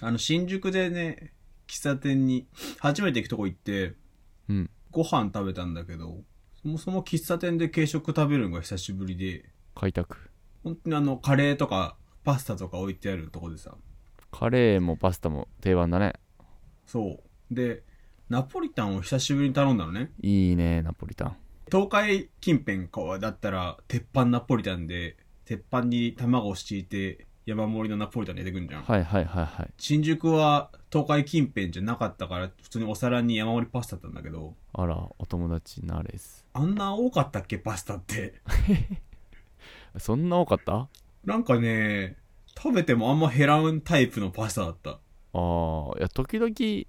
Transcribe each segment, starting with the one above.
あの、新宿でね、喫茶店に初めて行くとこ行って、うん。ご飯食べたんだけど、そもそも喫茶店で軽食食べるのが久しぶりで、開拓。本当にあの、カレーとかパスタとか置いてあるとこでさ、カレーもパスタも定番だね。そう。で、ナポリタンを久しぶりに頼んだのね。いいね、ナポリタン。東海近辺かだったら、鉄板ナポリタンで、鉄板に卵を敷いて、山盛りのナポリタン出てくんじゃん。はいはいはいはい。新宿は東海近辺じゃなかったから、普通にお皿に山盛りパスタだったんだけど、あら、お友達なれず。あんな多かったっけパスタって。そんな多かったあなんかね、食べてもあんま減らんタイプのパスタだった。あー、いや、時々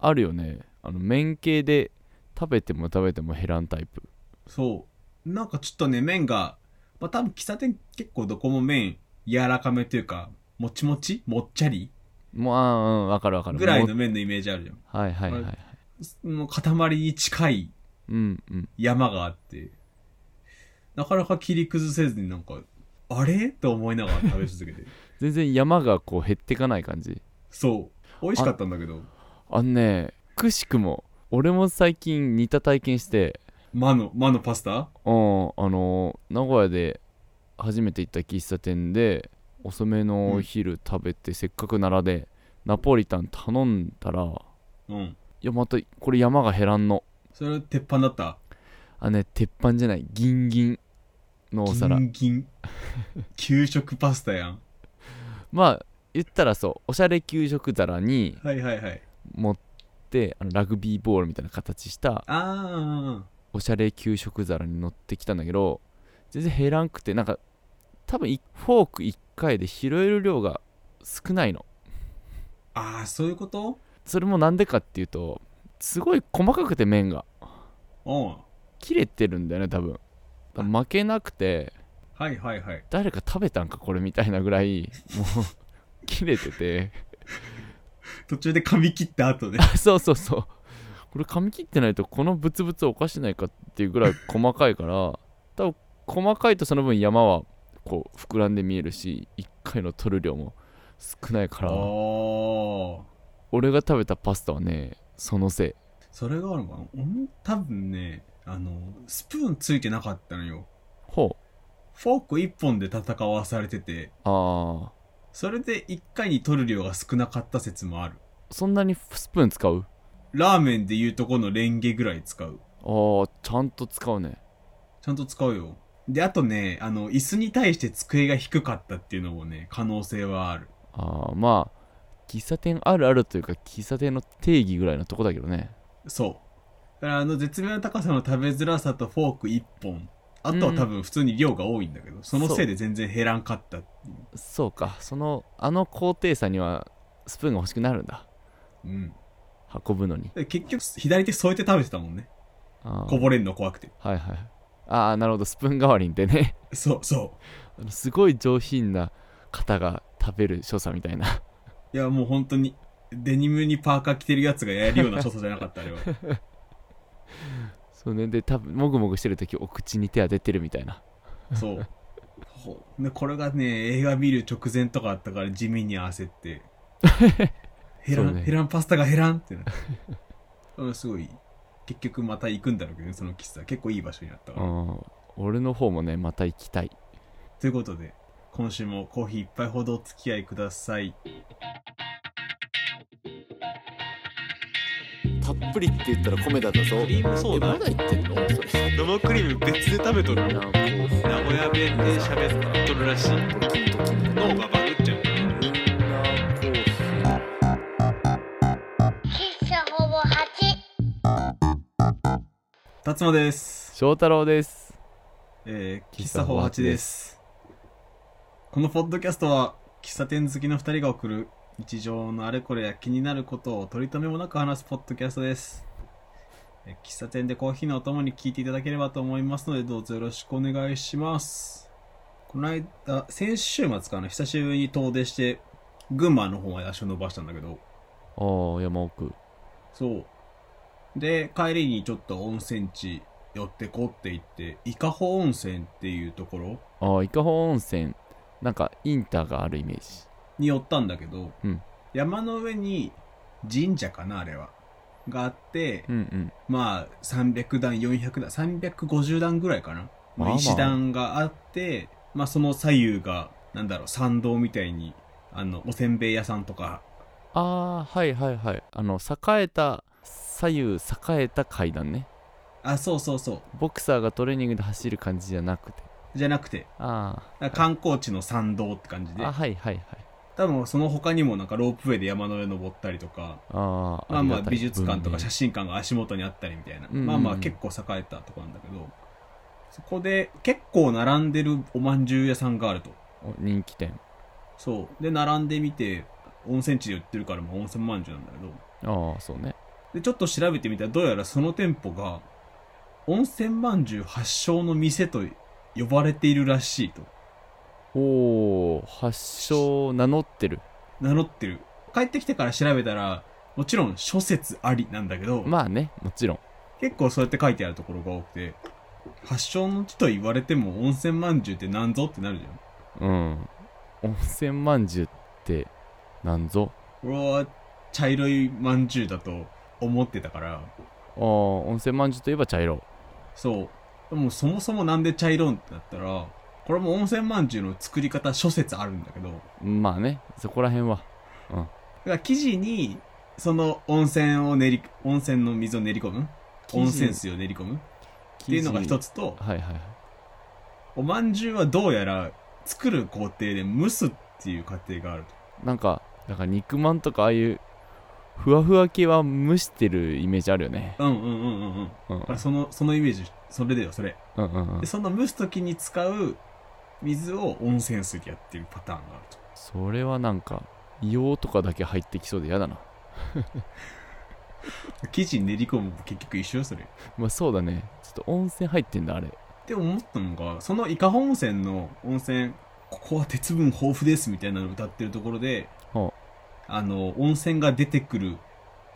あるよね。あの、麺系で食べても食べても減らんタイプ。そう。なんかちょっとね、麺が、まあ、多分喫茶店結構どこも麺柔らかめというか、もちもちもっちゃりもう、ああ、うん、わかるわかる。ぐらいもの麺のイメージあるじゃん。う。はいはいはいはい。の塊に近いうんうん。山があって、なかなか切り崩せずになんか、あれと思いながら食べ続けて。全然山がこう減ってかない感じ。そう。美味しかったんだけど、あのね、くしくも、俺も最近似た体験して、魔の、魔のパスタうん、あの名古屋で初めて行った喫茶店で遅めのお昼食べて、せっかくならでナポリタン頼んだらいうん。やまたこれ山が減らんのそれ鉄板だった。あね鉄板じゃないギンギンのお皿ギンギン。給食パスタやん。まあ言ったらそうおしゃれ給食皿にはいはいはい。持ってあのラグビーボールみたいな形したあおしゃれ給食皿に乗ってきたんだけど全然減らんくてなんか多分いフォーク1回で拾える量が少ないのあ。ああ、そういうことそれもなんでかっていうとすごい細かくて麺がうん。切れてるんだよね多分だから負けなくてはいはいはい。誰か食べたんかこれみたいなぐらいもう切れてて途中で噛み切った後ね。あそうそうそうこれ噛み切ってないとこのブツブツおかしないかっていうぐらい細かいから多分細かいとその分山はこう膨らんで見えるし1回の取る量も少ないかああらー。俺が食べたパスタはねそのせいそれがあるのかなうん多分ね、あの、スプーンついてなかったのよ。ほうフォーク一本で戦わされてて、ああそれで一回に取る量が少なかった説もある。そんなにスプーン使うラーメンで言うとこのレンゲぐらい使う。ああちゃんと使うねちゃんと使うよ。で、あとね、あの、椅子に対して机が低かったっていうのもね、可能性はある。ああまあ喫茶店あるあるというか喫茶店の定義ぐらいのとこだけどねそう。だからあの、絶妙な高さの食べづらさとフォーク一本。あとは多分普通に量が多いんだけど、そのせいで全然減らんかった。そうかそのあの高低差にはスプーンが欲しくなるんだうん。運ぶのにで結局、左手添えて食べてたもんね。ああこぼれんの怖くて。はいはいああなるほどスプーン代わりにでね そうそあのすごい上品な方が食べる所作みたいな う。いや、もう本当に、デニムにパーカー着てるやつがやるような所作じゃなかった、あれは。そうねで多分もぐもぐしてる時お口に手当ててるみたいな そう。ほでこれがね、映画見る直前とかあったから地味に焦 って。ヘラそうン、ねヘランパスタがヘランってなって。うんすごい。結局また行くんだろうけどね、その喫茶。結構いい場所になったかうら。ん俺の方もねまた行きたいということで、今週もコーヒー一杯ほどお付き合いください。たっぷりって言ったら米だったぞリームソーダ言ってんのそれ生クリーム別で食べとるなんか名古屋弁で喋っとるらしい。脳がバグっちゃう。喫茶ほぼ8。辰馬です。翔太郎ですえー、喫茶法8です。このポッドキャストは、喫茶店好きの二人が送る日常のあれこれや気になることを取り留めもなく話すポッドキャストです。えー喫茶店でコーヒーのお供に聞いていただければと思いますので、どうぞよろしくお願いします。この間、先週末かな、久しぶりに遠出して、群馬の方まで足を伸ばしたんだけど、ああ山奥そう。で、帰りにちょっと温泉地寄ってこって行って、伊香保温泉っていうところああ伊香保温泉なんかインターがあるイメージに寄ったんだけど、うん山の上に神社かなあれはがあって、うんうんまあ300段400段350段ぐらいかな、ままあまあ、あ石段があって、まあ、その左右がなんだろう参道みたいにあのおせんべい屋さんとかああーはいはいはいあの栄えた左右栄えた階段ねあそうそうそボクサーがトレーニングで走る感じじゃなくてうじゃなくてあー観光地の参道って感じであはいはいはい多分その他にもなんかロープウェイで山の上登ったりとかあーまあまありがたい美術館とか写文真館が足元にあったりみたいな、うんうんうんまあまあ結構栄えたとこなんだけどそこで結構並んでるおまんじゅう屋さんがあると明お人気店そうで並んでみて温泉地で売ってるからまあ温泉まんじゅうなんだけどああそうねでちょっと調べてみたらどうやらその店舗が温泉まんじゅう発祥の店と呼ばれているらしいとおお発祥を名乗ってる名乗ってる帰ってきてから調べたらもちろん諸説ありなんだけど、まあねもちろん結構そうやって書いてあるところが多くて発祥の地と言われても温泉まんじゅうってなんぞってなるじゃうん温泉まんじゅうってなんぞん俺は茶色いまんじゅうだと思ってたからああ温泉まんじゅうといえば茶色そうでもそもそもなんで茶色んってなったらこれも温泉まんじゅうの作り方諸説あるんだけどだかまあねそこら辺はら生地にその温泉を練り温泉の水を練り込む生地温泉水を練り込むっていうのが一つつとはいはいはいおまんじゅうはどうやら作る工程で蒸すっていう過程があるとなんかなんか肉まんとかああいうふわふわ系は蒸してるイメージあるよねうんうんうんうんうんうんうんあそのそのイメージそれだよそれうんうんでその蒸す時に使う水を温泉水でやってるパターンがあるとそれはなんか硫黄とかだけ入ってきそうで嫌だな生地に練り込むのも結局一緒よそれまあそうだねちょっと温泉入ってんだあれで思ったのがその伊香保温泉の温泉ここは鉄分豊富ですみたいなのを歌ってるところで、ほあの温泉が出てくる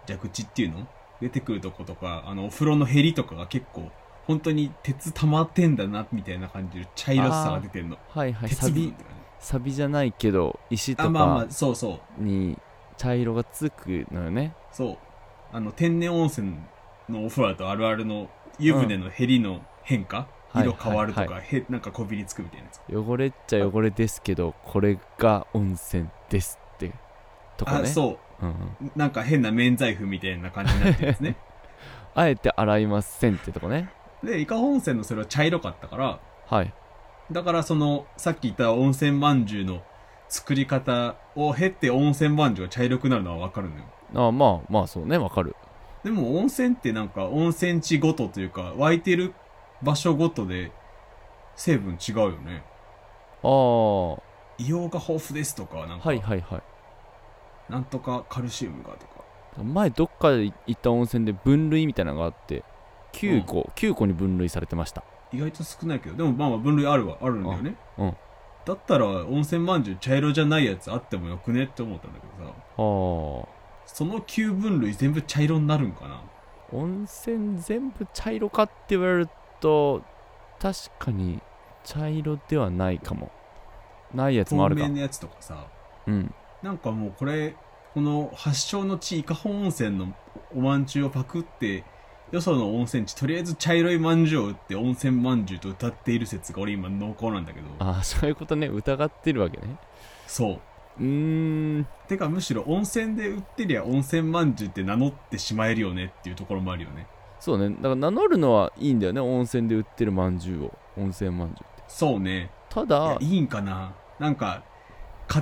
蛇口っていうの出てくるとことかあのお風呂のへりとかが結構本当に鉄溜まってんだなみたいな感じで茶色さが出てるのはいはい鉄サ分ビって感じサビじゃないけど石とあまあまかあそうそうに茶色がつくのよねそう。あの、天然温泉のお風呂だとあるあるの湯船の減りの変化、はい色変わるとか、はへなんかこびりつくみたいなやつ。汚れっちゃ汚れですけどこれが温泉ですってとかあ、ねそうんうんう。なんか変な免罪符みたいな感じになってるん ですね。あえて洗いませんってとこねで、伊香保温泉のそれは茶色かったから、はいだからその、さっき言った温泉まんじゅうの作り方を経って温泉まんじゅうが茶色くなるのはわかるのよ。あまあまあそうねわかるでも温泉ってなんか温泉地ごとというか、湧いてる場所ごとで成分違うよね。ああは硫黄が豊富ですとか、なんか、いはいはなんとかカルシウムがとか。い前どっかで行った温泉で分類みたいなのがあって9個、9個に分類されてました意外と少ないけど、でもまあまあ分類あるは、あるんだよね。うんだったら、温泉まんじゅう茶色じゃないやつあってもよくねって思ったんだけどさ、ああその9分類全部茶色になるんかな温泉全部茶色かって言われると確かに茶色ではないかもないやつもあ透るか明なやつとかさ、うんなんかもうこれ、この発祥の地、伊香保温泉のおまんじゅうをパクって、よその温泉地、とりあえず茶色いまんじゅうを売って温泉まんじゅうと歌っている説が俺今濃厚なんだけど、ああそういうことね疑ってるわけねそう。うーんてかむしろ温泉で売ってりゃ温泉まんじゅうって名乗ってしまえるよねっていうところもあるよねそうねだから名乗るのはいいんだよね温泉で売ってるまんじゅうを温泉まんじゅうってそうねたいだやいいんかななんか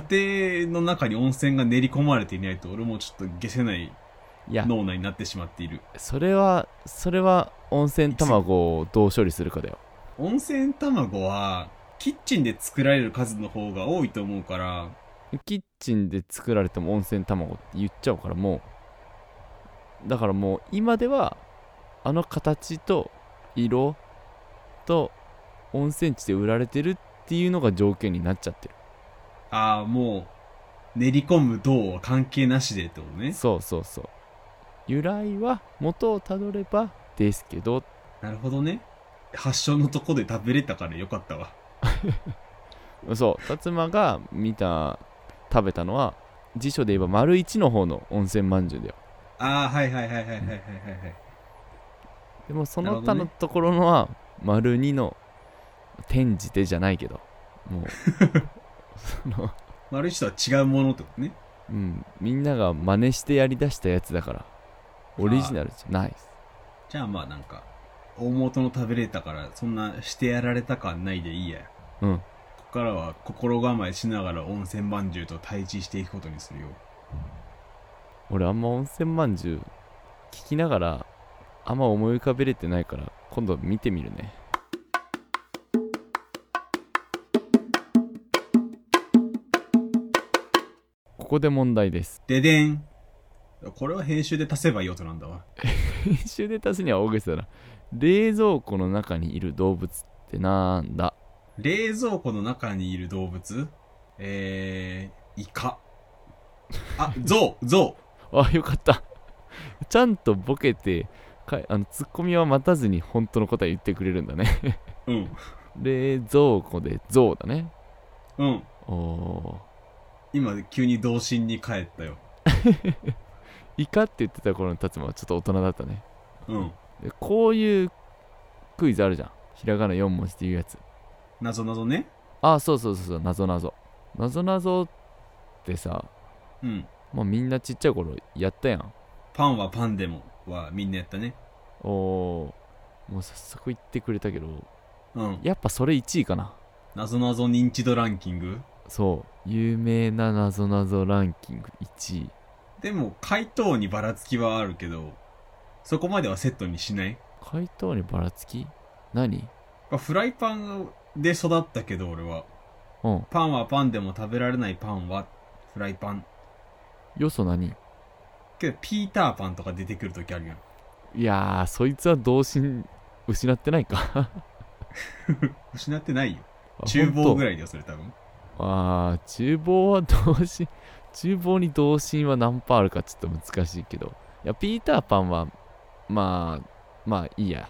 家庭の中に温泉が練り込まれていないと俺もちょっと消せないいや脳内になってしまっているそれはそれは温泉卵をどう処理するかだよ温泉卵はキッチンで作られる数の方が多いと思うからキッチンで作られても温泉卵って言っちゃうからもうだからもう今ではあの形と色と温泉地で売られてるっていうのが条件になっちゃってああもう練り込む銅は関係なしでってことるねそうそうそう由来は元をたどればですけどなるほどね発祥のとこで食べれたからよかったわそう薩摩が見た食べたのは辞書で言えば丸1の方の温泉まんじゅうだよああ、はいはいはいはいはいはいはいはい。でもそなるのほど他ねのところのは丸2の転じてじゃないけどもうその、丸一とは違うものってことね。うん、みんなが真似してやりだしたやつだからオリジナルじゃないですじゃあまあなんか、大元の食べれたから、そんなしてやられた感ないでいいや。うんここからは心構えしながら温泉まんじゅうと対峙していくことにするよ。俺あんま温泉まんじゅう聞きながらあんま思い浮かべれてないから今度見てみるねここで問題ですででんこれは編集で足せばいい音なんだわ。編集で足すには大げさだな冷蔵庫の中にいる動物ってなんだ冷蔵庫の中にいる動物えー、イカ。 あ、ゾウゾあよかったちゃんとボケてかあのツッコミは待たずに本当の答え言ってくれるんだね ウうん。冷蔵庫で象だねうん。おおー今、急に童心に帰ったよ。イカって言ってた頃の達馬はちょっと大人だったねうん。でこういうクイズあるじゃんひらがな4文字っていうやつなぞなぞね。あそうそうそうそうなぞなぞなぞなぞってさうん。もうみんなちっちゃい頃やったやんパンはパンでもはみんなやったね。おおーもう早速言ってくれたけどうん。やっぱそれ1位かななぞなぞ認知度ランキングそう有名ななぞなぞランキング1位でも、回答にばらつきはあるけど、そこまではセットにしない回答にばらつき何フライパンで育ったけど、俺は。うんパンはパンでも食べられないパンは、フライパン。よそ何けど、ピーターパンとか出てくるときあるやん。いやーそいつは童心失ってないか失ってないよ。厨房ぐらいだよ、それ多分。あー厨房は同心 厨房に同心は何パーあるかちょっと難しいけどいやピーターパンはまあまあいいや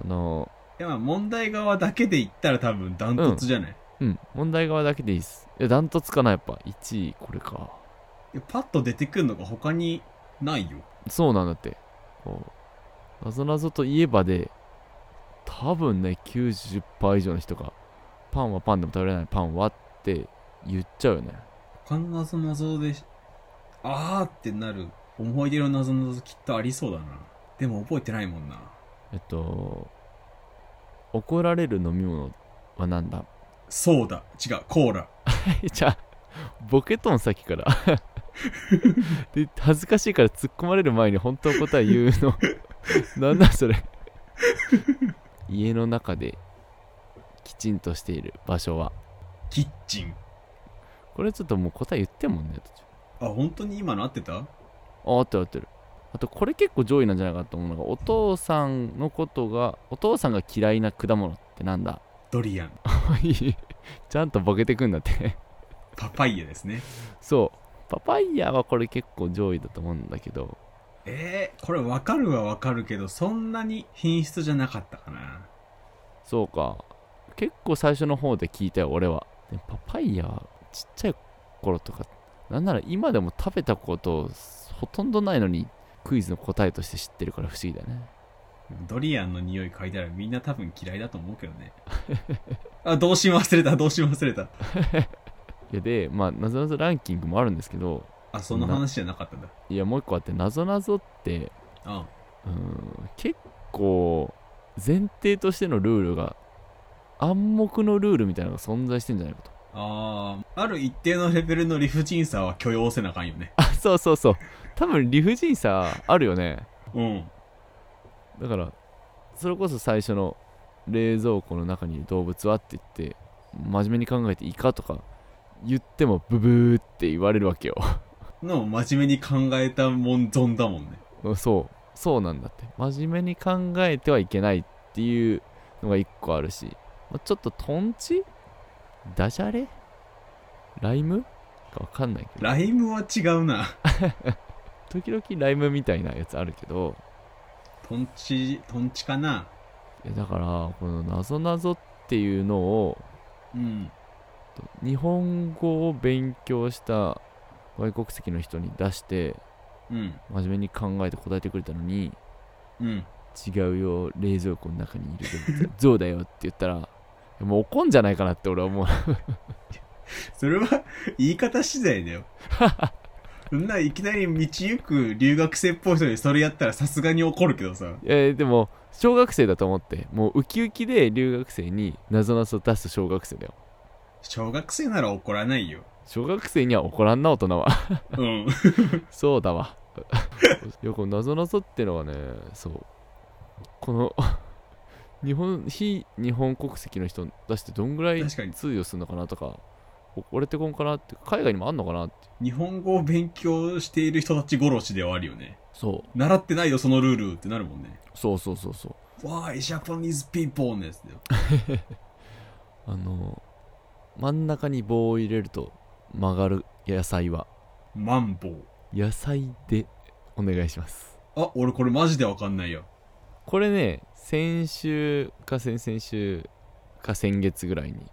あのいや、まあ、問題側だけで言ったら多分ダントツじゃない、いうん問題側だけでいいっすいやダントツかなやっぱ1位これかやパッと出てくるのが他にないよ。そうなんだってこうなぞなぞといえばで多分ね90%以上の人がパンはパンでも食べられないパンはって言っちゃうよね他の謎謎でし、あーってなる思い出の謎謎きっとありそうだな。でも覚えてないもんな。えっと怒られる飲み物はなんだ そうだ。違う、コーラ。えじゃあボケとんさっきから で恥ずかしいから突っ込まれる前に本当の答え言うの なんだそれ家の中できちんとしている場所はキッチン。これちょっともう答え言ってんもんね途中あ、本当に今の合ってたあ合ってる合ってるあとこれ結構上位なんじゃないかと思うのがお父さんのことがお父さんが嫌いな果物ってなんだ ドリアン。いいちゃんとボケてくんだって パパイヤですね。そうパパイヤはこれ結構上位だと思うんだけどえー、これわかるはわかるけど、そんなに品質じゃなかったかな。そうか結構最初の方で聞いたよ俺はでパパイヤはちっちゃい頃とかなんなら今でも食べたことほとんどないのにクイズの答えとして知ってるから不思議だよねドリアンの匂い嗅いだらみんな多分嫌いだと思うけどね。あ、童心忘れた、童心忘れた。いやでまあなぞなぞランキングもあるんですけどあ、その話じゃなかったんだ。いやもう一個あってなぞなぞってあうーん結構前提としてのルールが暗黙のルールみたいなのが存在してんじゃないかと あー、ある一定のレベルの理不尽さは許容せなあかんよね。あそうそうそう多分理不尽さあるよねうん。だからそれこそ最初の冷蔵庫の中にいる動物はって言って真面目に考えてイカとか言ってもブブーって言われるわけよの、真面目に考えたもん存だもんね。そうそうなんだって真面目に考えてはいけないっていうのが一個あるしまあちょっとトンチダジャレライムかわかんないけどライムは違うな。時々ライムみたいなやつあるけどトンチ、トンチかないやだからこのなぞなぞっていうのをうん。日本語を勉強した外国籍の人に出してうん。真面目に考えて答えてくれたのにうん。違うよ冷蔵庫の中にいる動物象だよって 言ったらもう怒んじゃないかなって俺は思うそれは 言い方次第だよ。そんないきなり道行く留学生っぽい人にそれやったらさすがに怒るけどさ。えーでも小学生だと思ってもうウキウキで留学生に謎なぞ出す小学生だよ小学生なら怒らないよ。小学生には怒らんな大人は うん。そうだわ。 いや、この謎謎ってのはね、そう。この、 日本、非日本国籍の人出してどんぐらい確かに通用するのかなとか、お俺ってこんかなって、海外にもあんのかなって。日本語を勉強している人たち殺しではあるよね。そう、習ってないよ、そのルールってなるもんね。そうそうそうそう。 Why Japanese people のやつだよ。あの、真ん中に棒を入れると曲がる野菜は、マンボウ。野菜でお願いします。あ、俺これマジでわかんないよ。これね、先週か先々週か先月ぐらいに、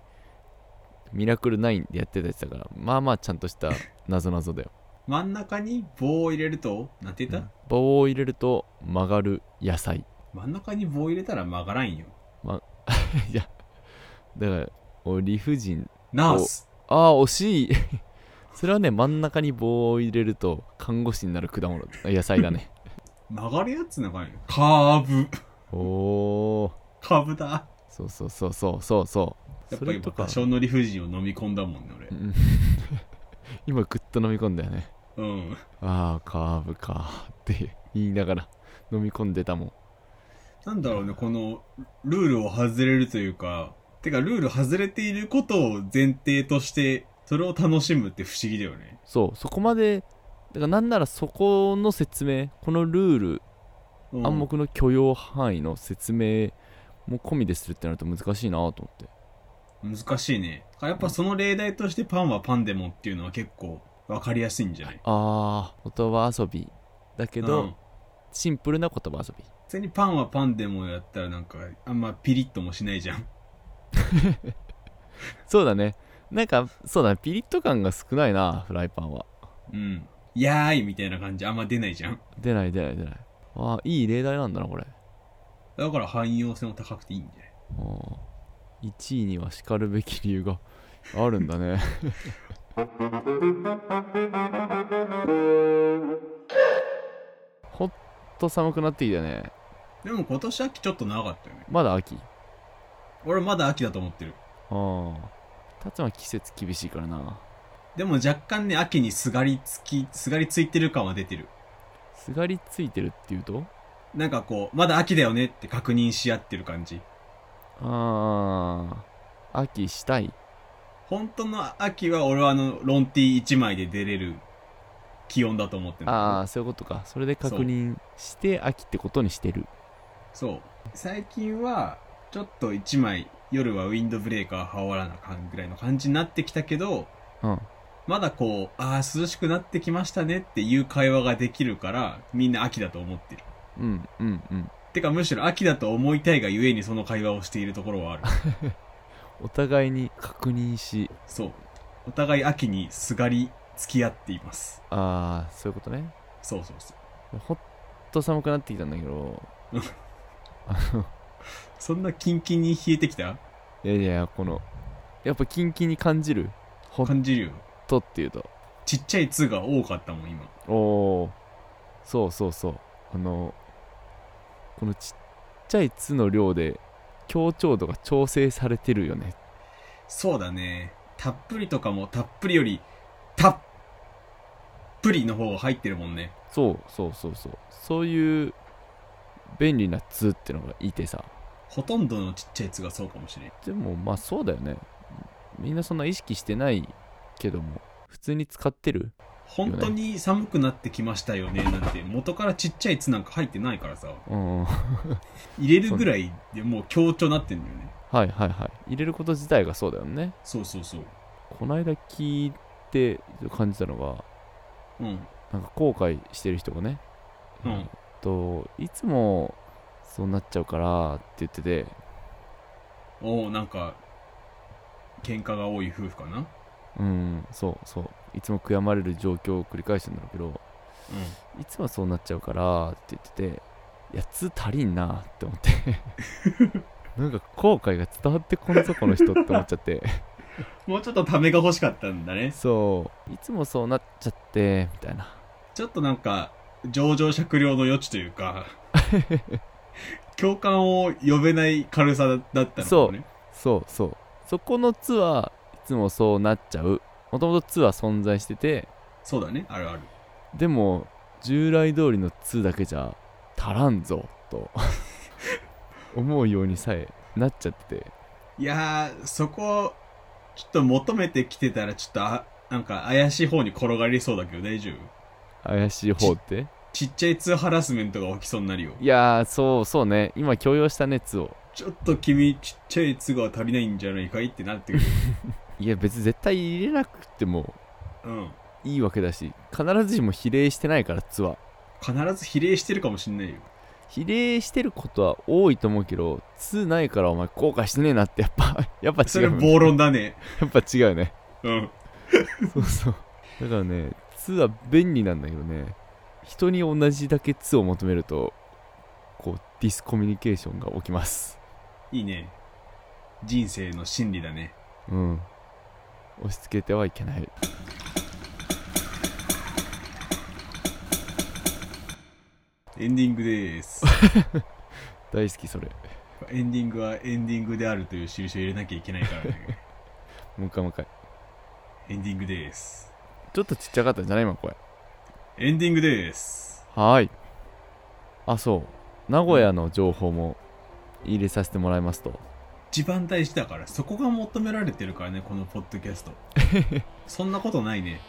ミラクル9でやってたやつだから、まあまあちゃんとした謎謎だよ。真ん中に棒を入れると、なんて言った、棒を入れると曲がる野菜。真ん中に棒を入れたら曲がらんよ。いや、だから、お理不尽。ナース。ああ、惜しい。 それはね、真ん中に棒を入れると看護師になる果物、野菜だ ね。曲がるやつなんかね。カーブ。 おー、カーブだ。そうそうそうそうそうそう。やっそぱれりとか多、少の理不尽を飲み込んだもんね、うん 今ぐっと飲み込んだよね。俺。うん。ああカーブかって言いながら飲み込んでたもんなんだろうね、この、ルールを外れるというか、てか、ルール外れていることを前提として、それを楽しむって不思議だよね。そうそこまでだからなんならそこの説明このルール、うん暗黙の許容範囲の説明も込みでするってなると難しいなと思って難しいね。やっぱその例題としてパンはパンでもっていうのは結構わかりやすいんじゃないああ言葉遊びだけど、うんシンプルな言葉遊び普通にパンはパンでもやったらなんか、あんまピリッともしないじゃん。 そうだねなんかそうだねピリッと感が少ないなフライパンはうん。やーいみたいな感じあんま出ないじゃん。出ない出ない出ないああいい例題なんだなこれだから汎用性も高くていいんじゃない1位にはしかるべき理由があるんだね ほっと寒くなってきたねでも今年秋ちょっと長かったよね。まだ秋俺まだ秋だと思ってる。ああ立つは季節厳しいからなでも若干ね、秋にすがりつき、すがりついてる感は出てる。すがりついてるっていうとなんかこう、まだ秋だよねって確認し合ってる感じ。ああ秋したい本当の秋は俺はあの、ロンティー1枚で出れる気温だと思ってるんだけどああそういうことかそれで確認して秋ってことにしてるそう。最近は、ちょっと一枚、夜はウィンドブレーカー羽織らなかんぐらいの感じになってきたけど、うんまだこう、ああ、涼しくなってきましたねっていう会話ができるから、みんな秋だと思ってる。うんうんうんてかむしろ秋だと思いたいがゆえにその会話をしているところはある。お互いに確認しそう。お互い秋にすがり付き合っています。ああそういうことねそうそうそう。ほっと寒くなってきたんだけどうん、あの、そんなキンキンに冷えてきたいやいや、この、やっぱキンキンに感じる、ほっ感じるよ。とっていうと、ちっちゃい「つ」が多かったもん、今。おお、そうそうそう、あの、このちっちゃい「つ」の量で、強調度が調整されてるよね。そうだね。たっぷりとかもたっぷりより、たっぷりの方が入ってるもんね。そうそうそうそう、そういう便利な「つ」ってのがいてさ、ほとんどのちっちゃい「つ」がそうかもしれん。でもまあそうだよね。みんなそんな意識してないけども、普通に使ってる本当に寒くなってきましたよね、なんて。元からちっちゃい「つ」なんか入ってないからさ。うん。入れるぐらいでもう強調なってんだよね。はいはいはい入れること自体がそうだよねそうそうそう。こないだ聞いて感じたのがうん。なんか後悔してる人がね、うんえっといつもそうなっちゃうからって言ってておおなんか、喧嘩が多い夫婦かなうんそうそういつも悔やまれる状況を繰り返してんだろうけどいつもそうなっちゃうからって言ってていやつ足りんなって思ってなんか後悔が伝わってこんぞこの人って思っちゃってうん、もうちょっとためが欲しかったんだねそういつもそうなっちゃってみたいなちょっとなんか情状酌量の余地というか 共感を呼べない軽さだったのかもねそうそうそうそこの「つ」はいつもそうなっちゃうもともと「つ」は存在しててそうだねあるあるでも従来通りの「2」だけじゃ足らんぞと思うようにさえなっちゃってていやーそこちょっと求めてきてたらちょっとあなんか怪しい方に転がりそうだけど大丈夫怪しい方ってちっちゃい2ハラスメントが起きそうになるよいやーそうそうね今強要したね「2」をちょっと君ちっちゃい2が足りないんじゃないかいってなってくる いや別に絶対入れなくてもうんいいわけだし必ずしも比例してないから「2」は必ず比例してるかもしんないよ比例してることは多いと思うけど「2」ないからお前後悔してねえなってやっぱやっぱそ違れう、ね、暴論だねやっぱ違うねうんそうそう。だからね、2は便利なんだけどね、人に同じだけ2を求めると、こう、ディスコミュニケーションが起きます。いいね人生の真理だねうん。押し付けてはいけない。エンディングです大好き、それ。エンディングはエンディングであるという印を入れなきゃいけないからねもう一回もう一回。エンディングですちょっとちっちゃかったんじゃない今、声。エンディングですはーい。あ、そう。名古屋の情報も入れさせてもらいますと。一番大事だからそこが求められてるからねこのポッドキャストそんなことないね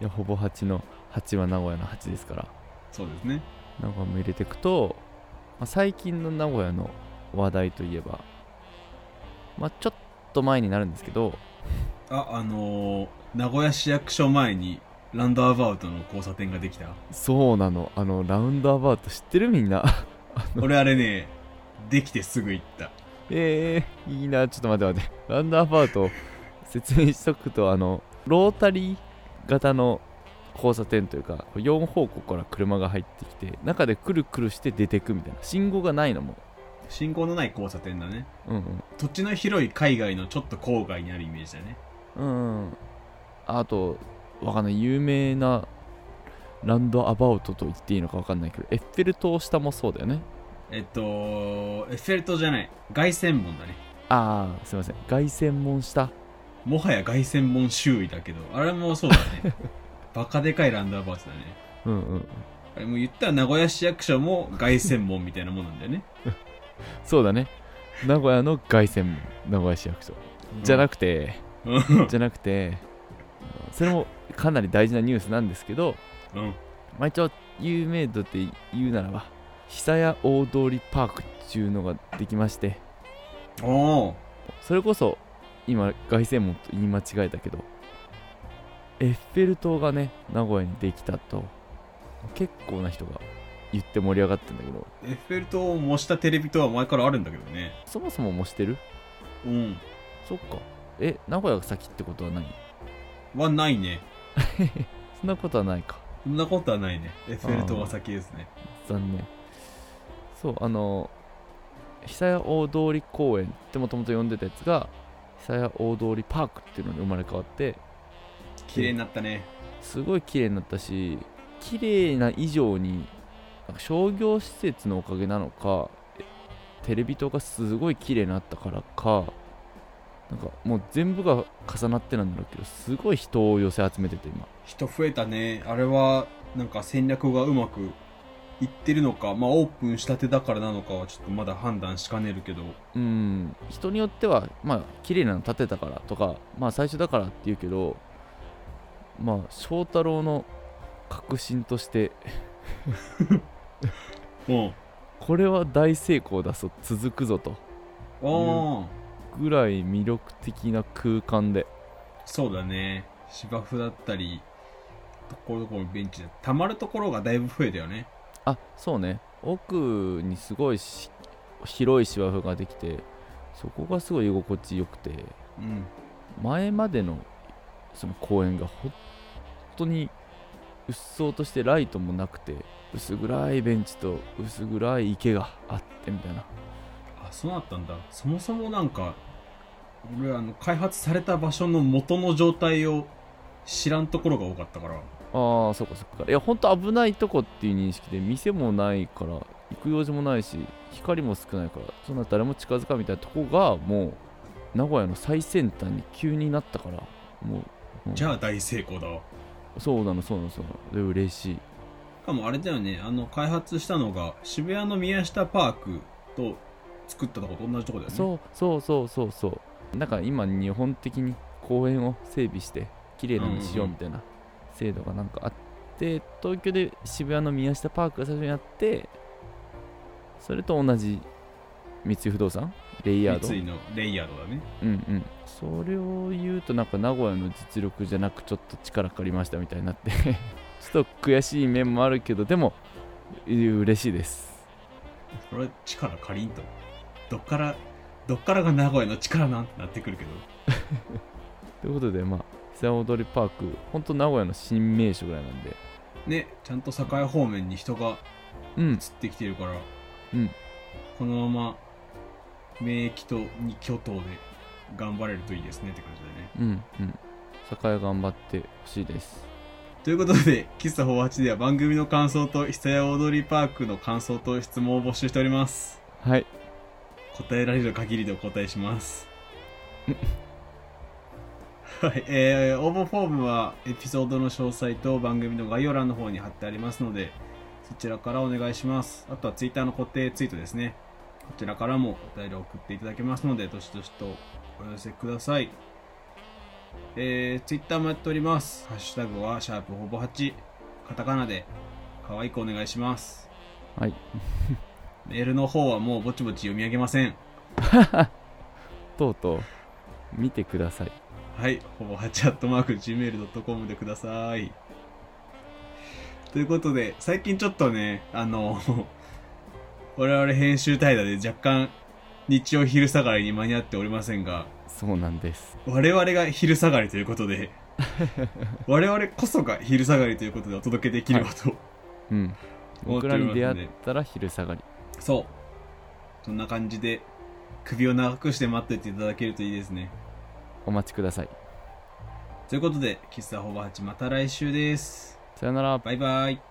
いや、ほぼ8の、8は名古屋の8ですから。そうですね名古屋も入れていくと、まあ、最近の名古屋の話題といえば、まあ、ちょっと前になるんですけどああのー、名古屋市役所前にランドアバウトの交差点ができたそうなのあのラウンドアバウト知ってるみんな 俺あれねできてすぐ行ったええいいなちょっと待って待ってラウンドアバウト説明しとくとあのロータリー型の交差点というか4方向から車が入ってきて中でくるくるして出てくみたいな信号がないのも信号のない交差点だねううんうん土地の広い海外のちょっと郊外にあるイメージだねうんあとわかんない有名なランドアバウトと言っていいのかわかんないけどエッフェル塔下もそうだよねえっとエッフェル塔じゃない凱旋門だねああすいません凱旋門下もはや凱旋門周囲だけどあれもそうだねバカでかいランドアバウトだねうんうんあれも言ったら名古屋市役所も凱旋門みたいなもんなんだよねそうだね名古屋の凱旋門名古屋市役所じゃなくくて、うんうんじゃなくてそれもかなり大事なニュースなんですけど、うんまあ、一応有名度って言うならば久屋大通パークっていうのができましておーそれこそ今凱旋門と言い間違えたけどエッフェル塔がね名古屋にできたと結構な人が言って盛り上がってんだけどエッフェル塔を模したテレビ塔は前からあるんだけどねそもそも模してるうんそっかえ名古屋が先ってことはないはないねそんなことはないかそんなことはないねエッフェル塔は先ですね残念そうあの久屋大通公園ってもともと呼んでたやつが久屋大通パークっていうのに生まれ変わって綺麗になったねすごい綺麗になったし綺麗な以上になんか商業施設のおかげなのかテレビ塔がすごい綺麗になったからかなんかもう全部が重なってなんだろうけどすごい人を寄せ集めてて今人増えたねあれはなんか戦略がうまくいってるのかまあオープンしたてだからなのかはちょっとまだ判断しかねるけどうん人によってはまあ綺麗なの建てたからとかまあ最初だからって言うけどまあ翔太郎の確信としてうんこれは大成功だぞ続くぞとおーぐらい魅力的な空間でそうだね芝生だったりところどころベンチでたまるところがだいぶ増えたよねあそうね奥にすごいし広い芝生ができてそこがすごい居心地よくてうん前までのその公園がほ当にうっそうとしてライトもなくて薄暗いベンチと薄暗い池があってみたいなあそうだったんだそもそもなんか俺あの開発された場所の元の状態を知らんところが多かったからああそっかそっかいや本当危ないとこっていう認識で店もないから行く用事もないし光も少ないからそんな誰も近づかんみたいなとこがもう名古屋の最先端に急になったからもう、うんじゃあ大成功だわそうなのそうなのそうなので嬉しいしかもあれだよねあの開発したのが渋谷の宮下パークと作ったとこと同じとこだよねそうそうそうそうそうなんか今日本的に公園を整備して綺麗なのにしようみたいな制度がなんかあって東京で渋谷の宮下パークが最初にあってそれと同じ三井不動産レイヤード三井のレイヤードだねうんうんそれを言うとなんか名古屋の実力じゃなくちょっと力借りましたみたいになって ちょっと悔しい面もあるけどでもう嬉しいですこれ力借りんとどっからどっからが名古屋の力なんてなってくるけどということでまあ久踊りパークほんと名古屋の新名所ぐらいなんでねちゃんと境方面に人がうん移ってきてるから、うんこのまま免疫と二巨頭で頑張れるといいですねって感じだねうんうん栄え頑張ってほしいですということで喫茶48では番組の感想と久屋踊りパークの感想と質問を募集しておりますはい答えられる限りでお答えします はい、えー応募フォームはエピソードの詳細と番組の概要欄の方に貼ってありますのでそちらからお願いしますあとはツイッターの固定ツイートですねこちらからもお便りを送っていただけますのでどしどしとお寄せくださいえー、ツイッターもやっておりますハッシュタグはシャープほぼ8カタカナで可愛くお願いしますはいメールの方はもうぼちぼち読み上げませんとうとう見てくださいはい、ほぼ8アットマーク gmail.com でください。ということで、最近ちょっとね、あの、我々編集対談で若干日曜昼下がりに間に合っておりませんが、そうなんです我々が昼下がりということで、我々こそが昼下がりということでお届けできればと、うん思って僕おらりにますんで出会ったら昼下がりそう。そんな感じで、首を長くして待ってていただけるといいですね。お待ちくださいということで、喫茶ほぼ8また来週です。さよならバイバイ。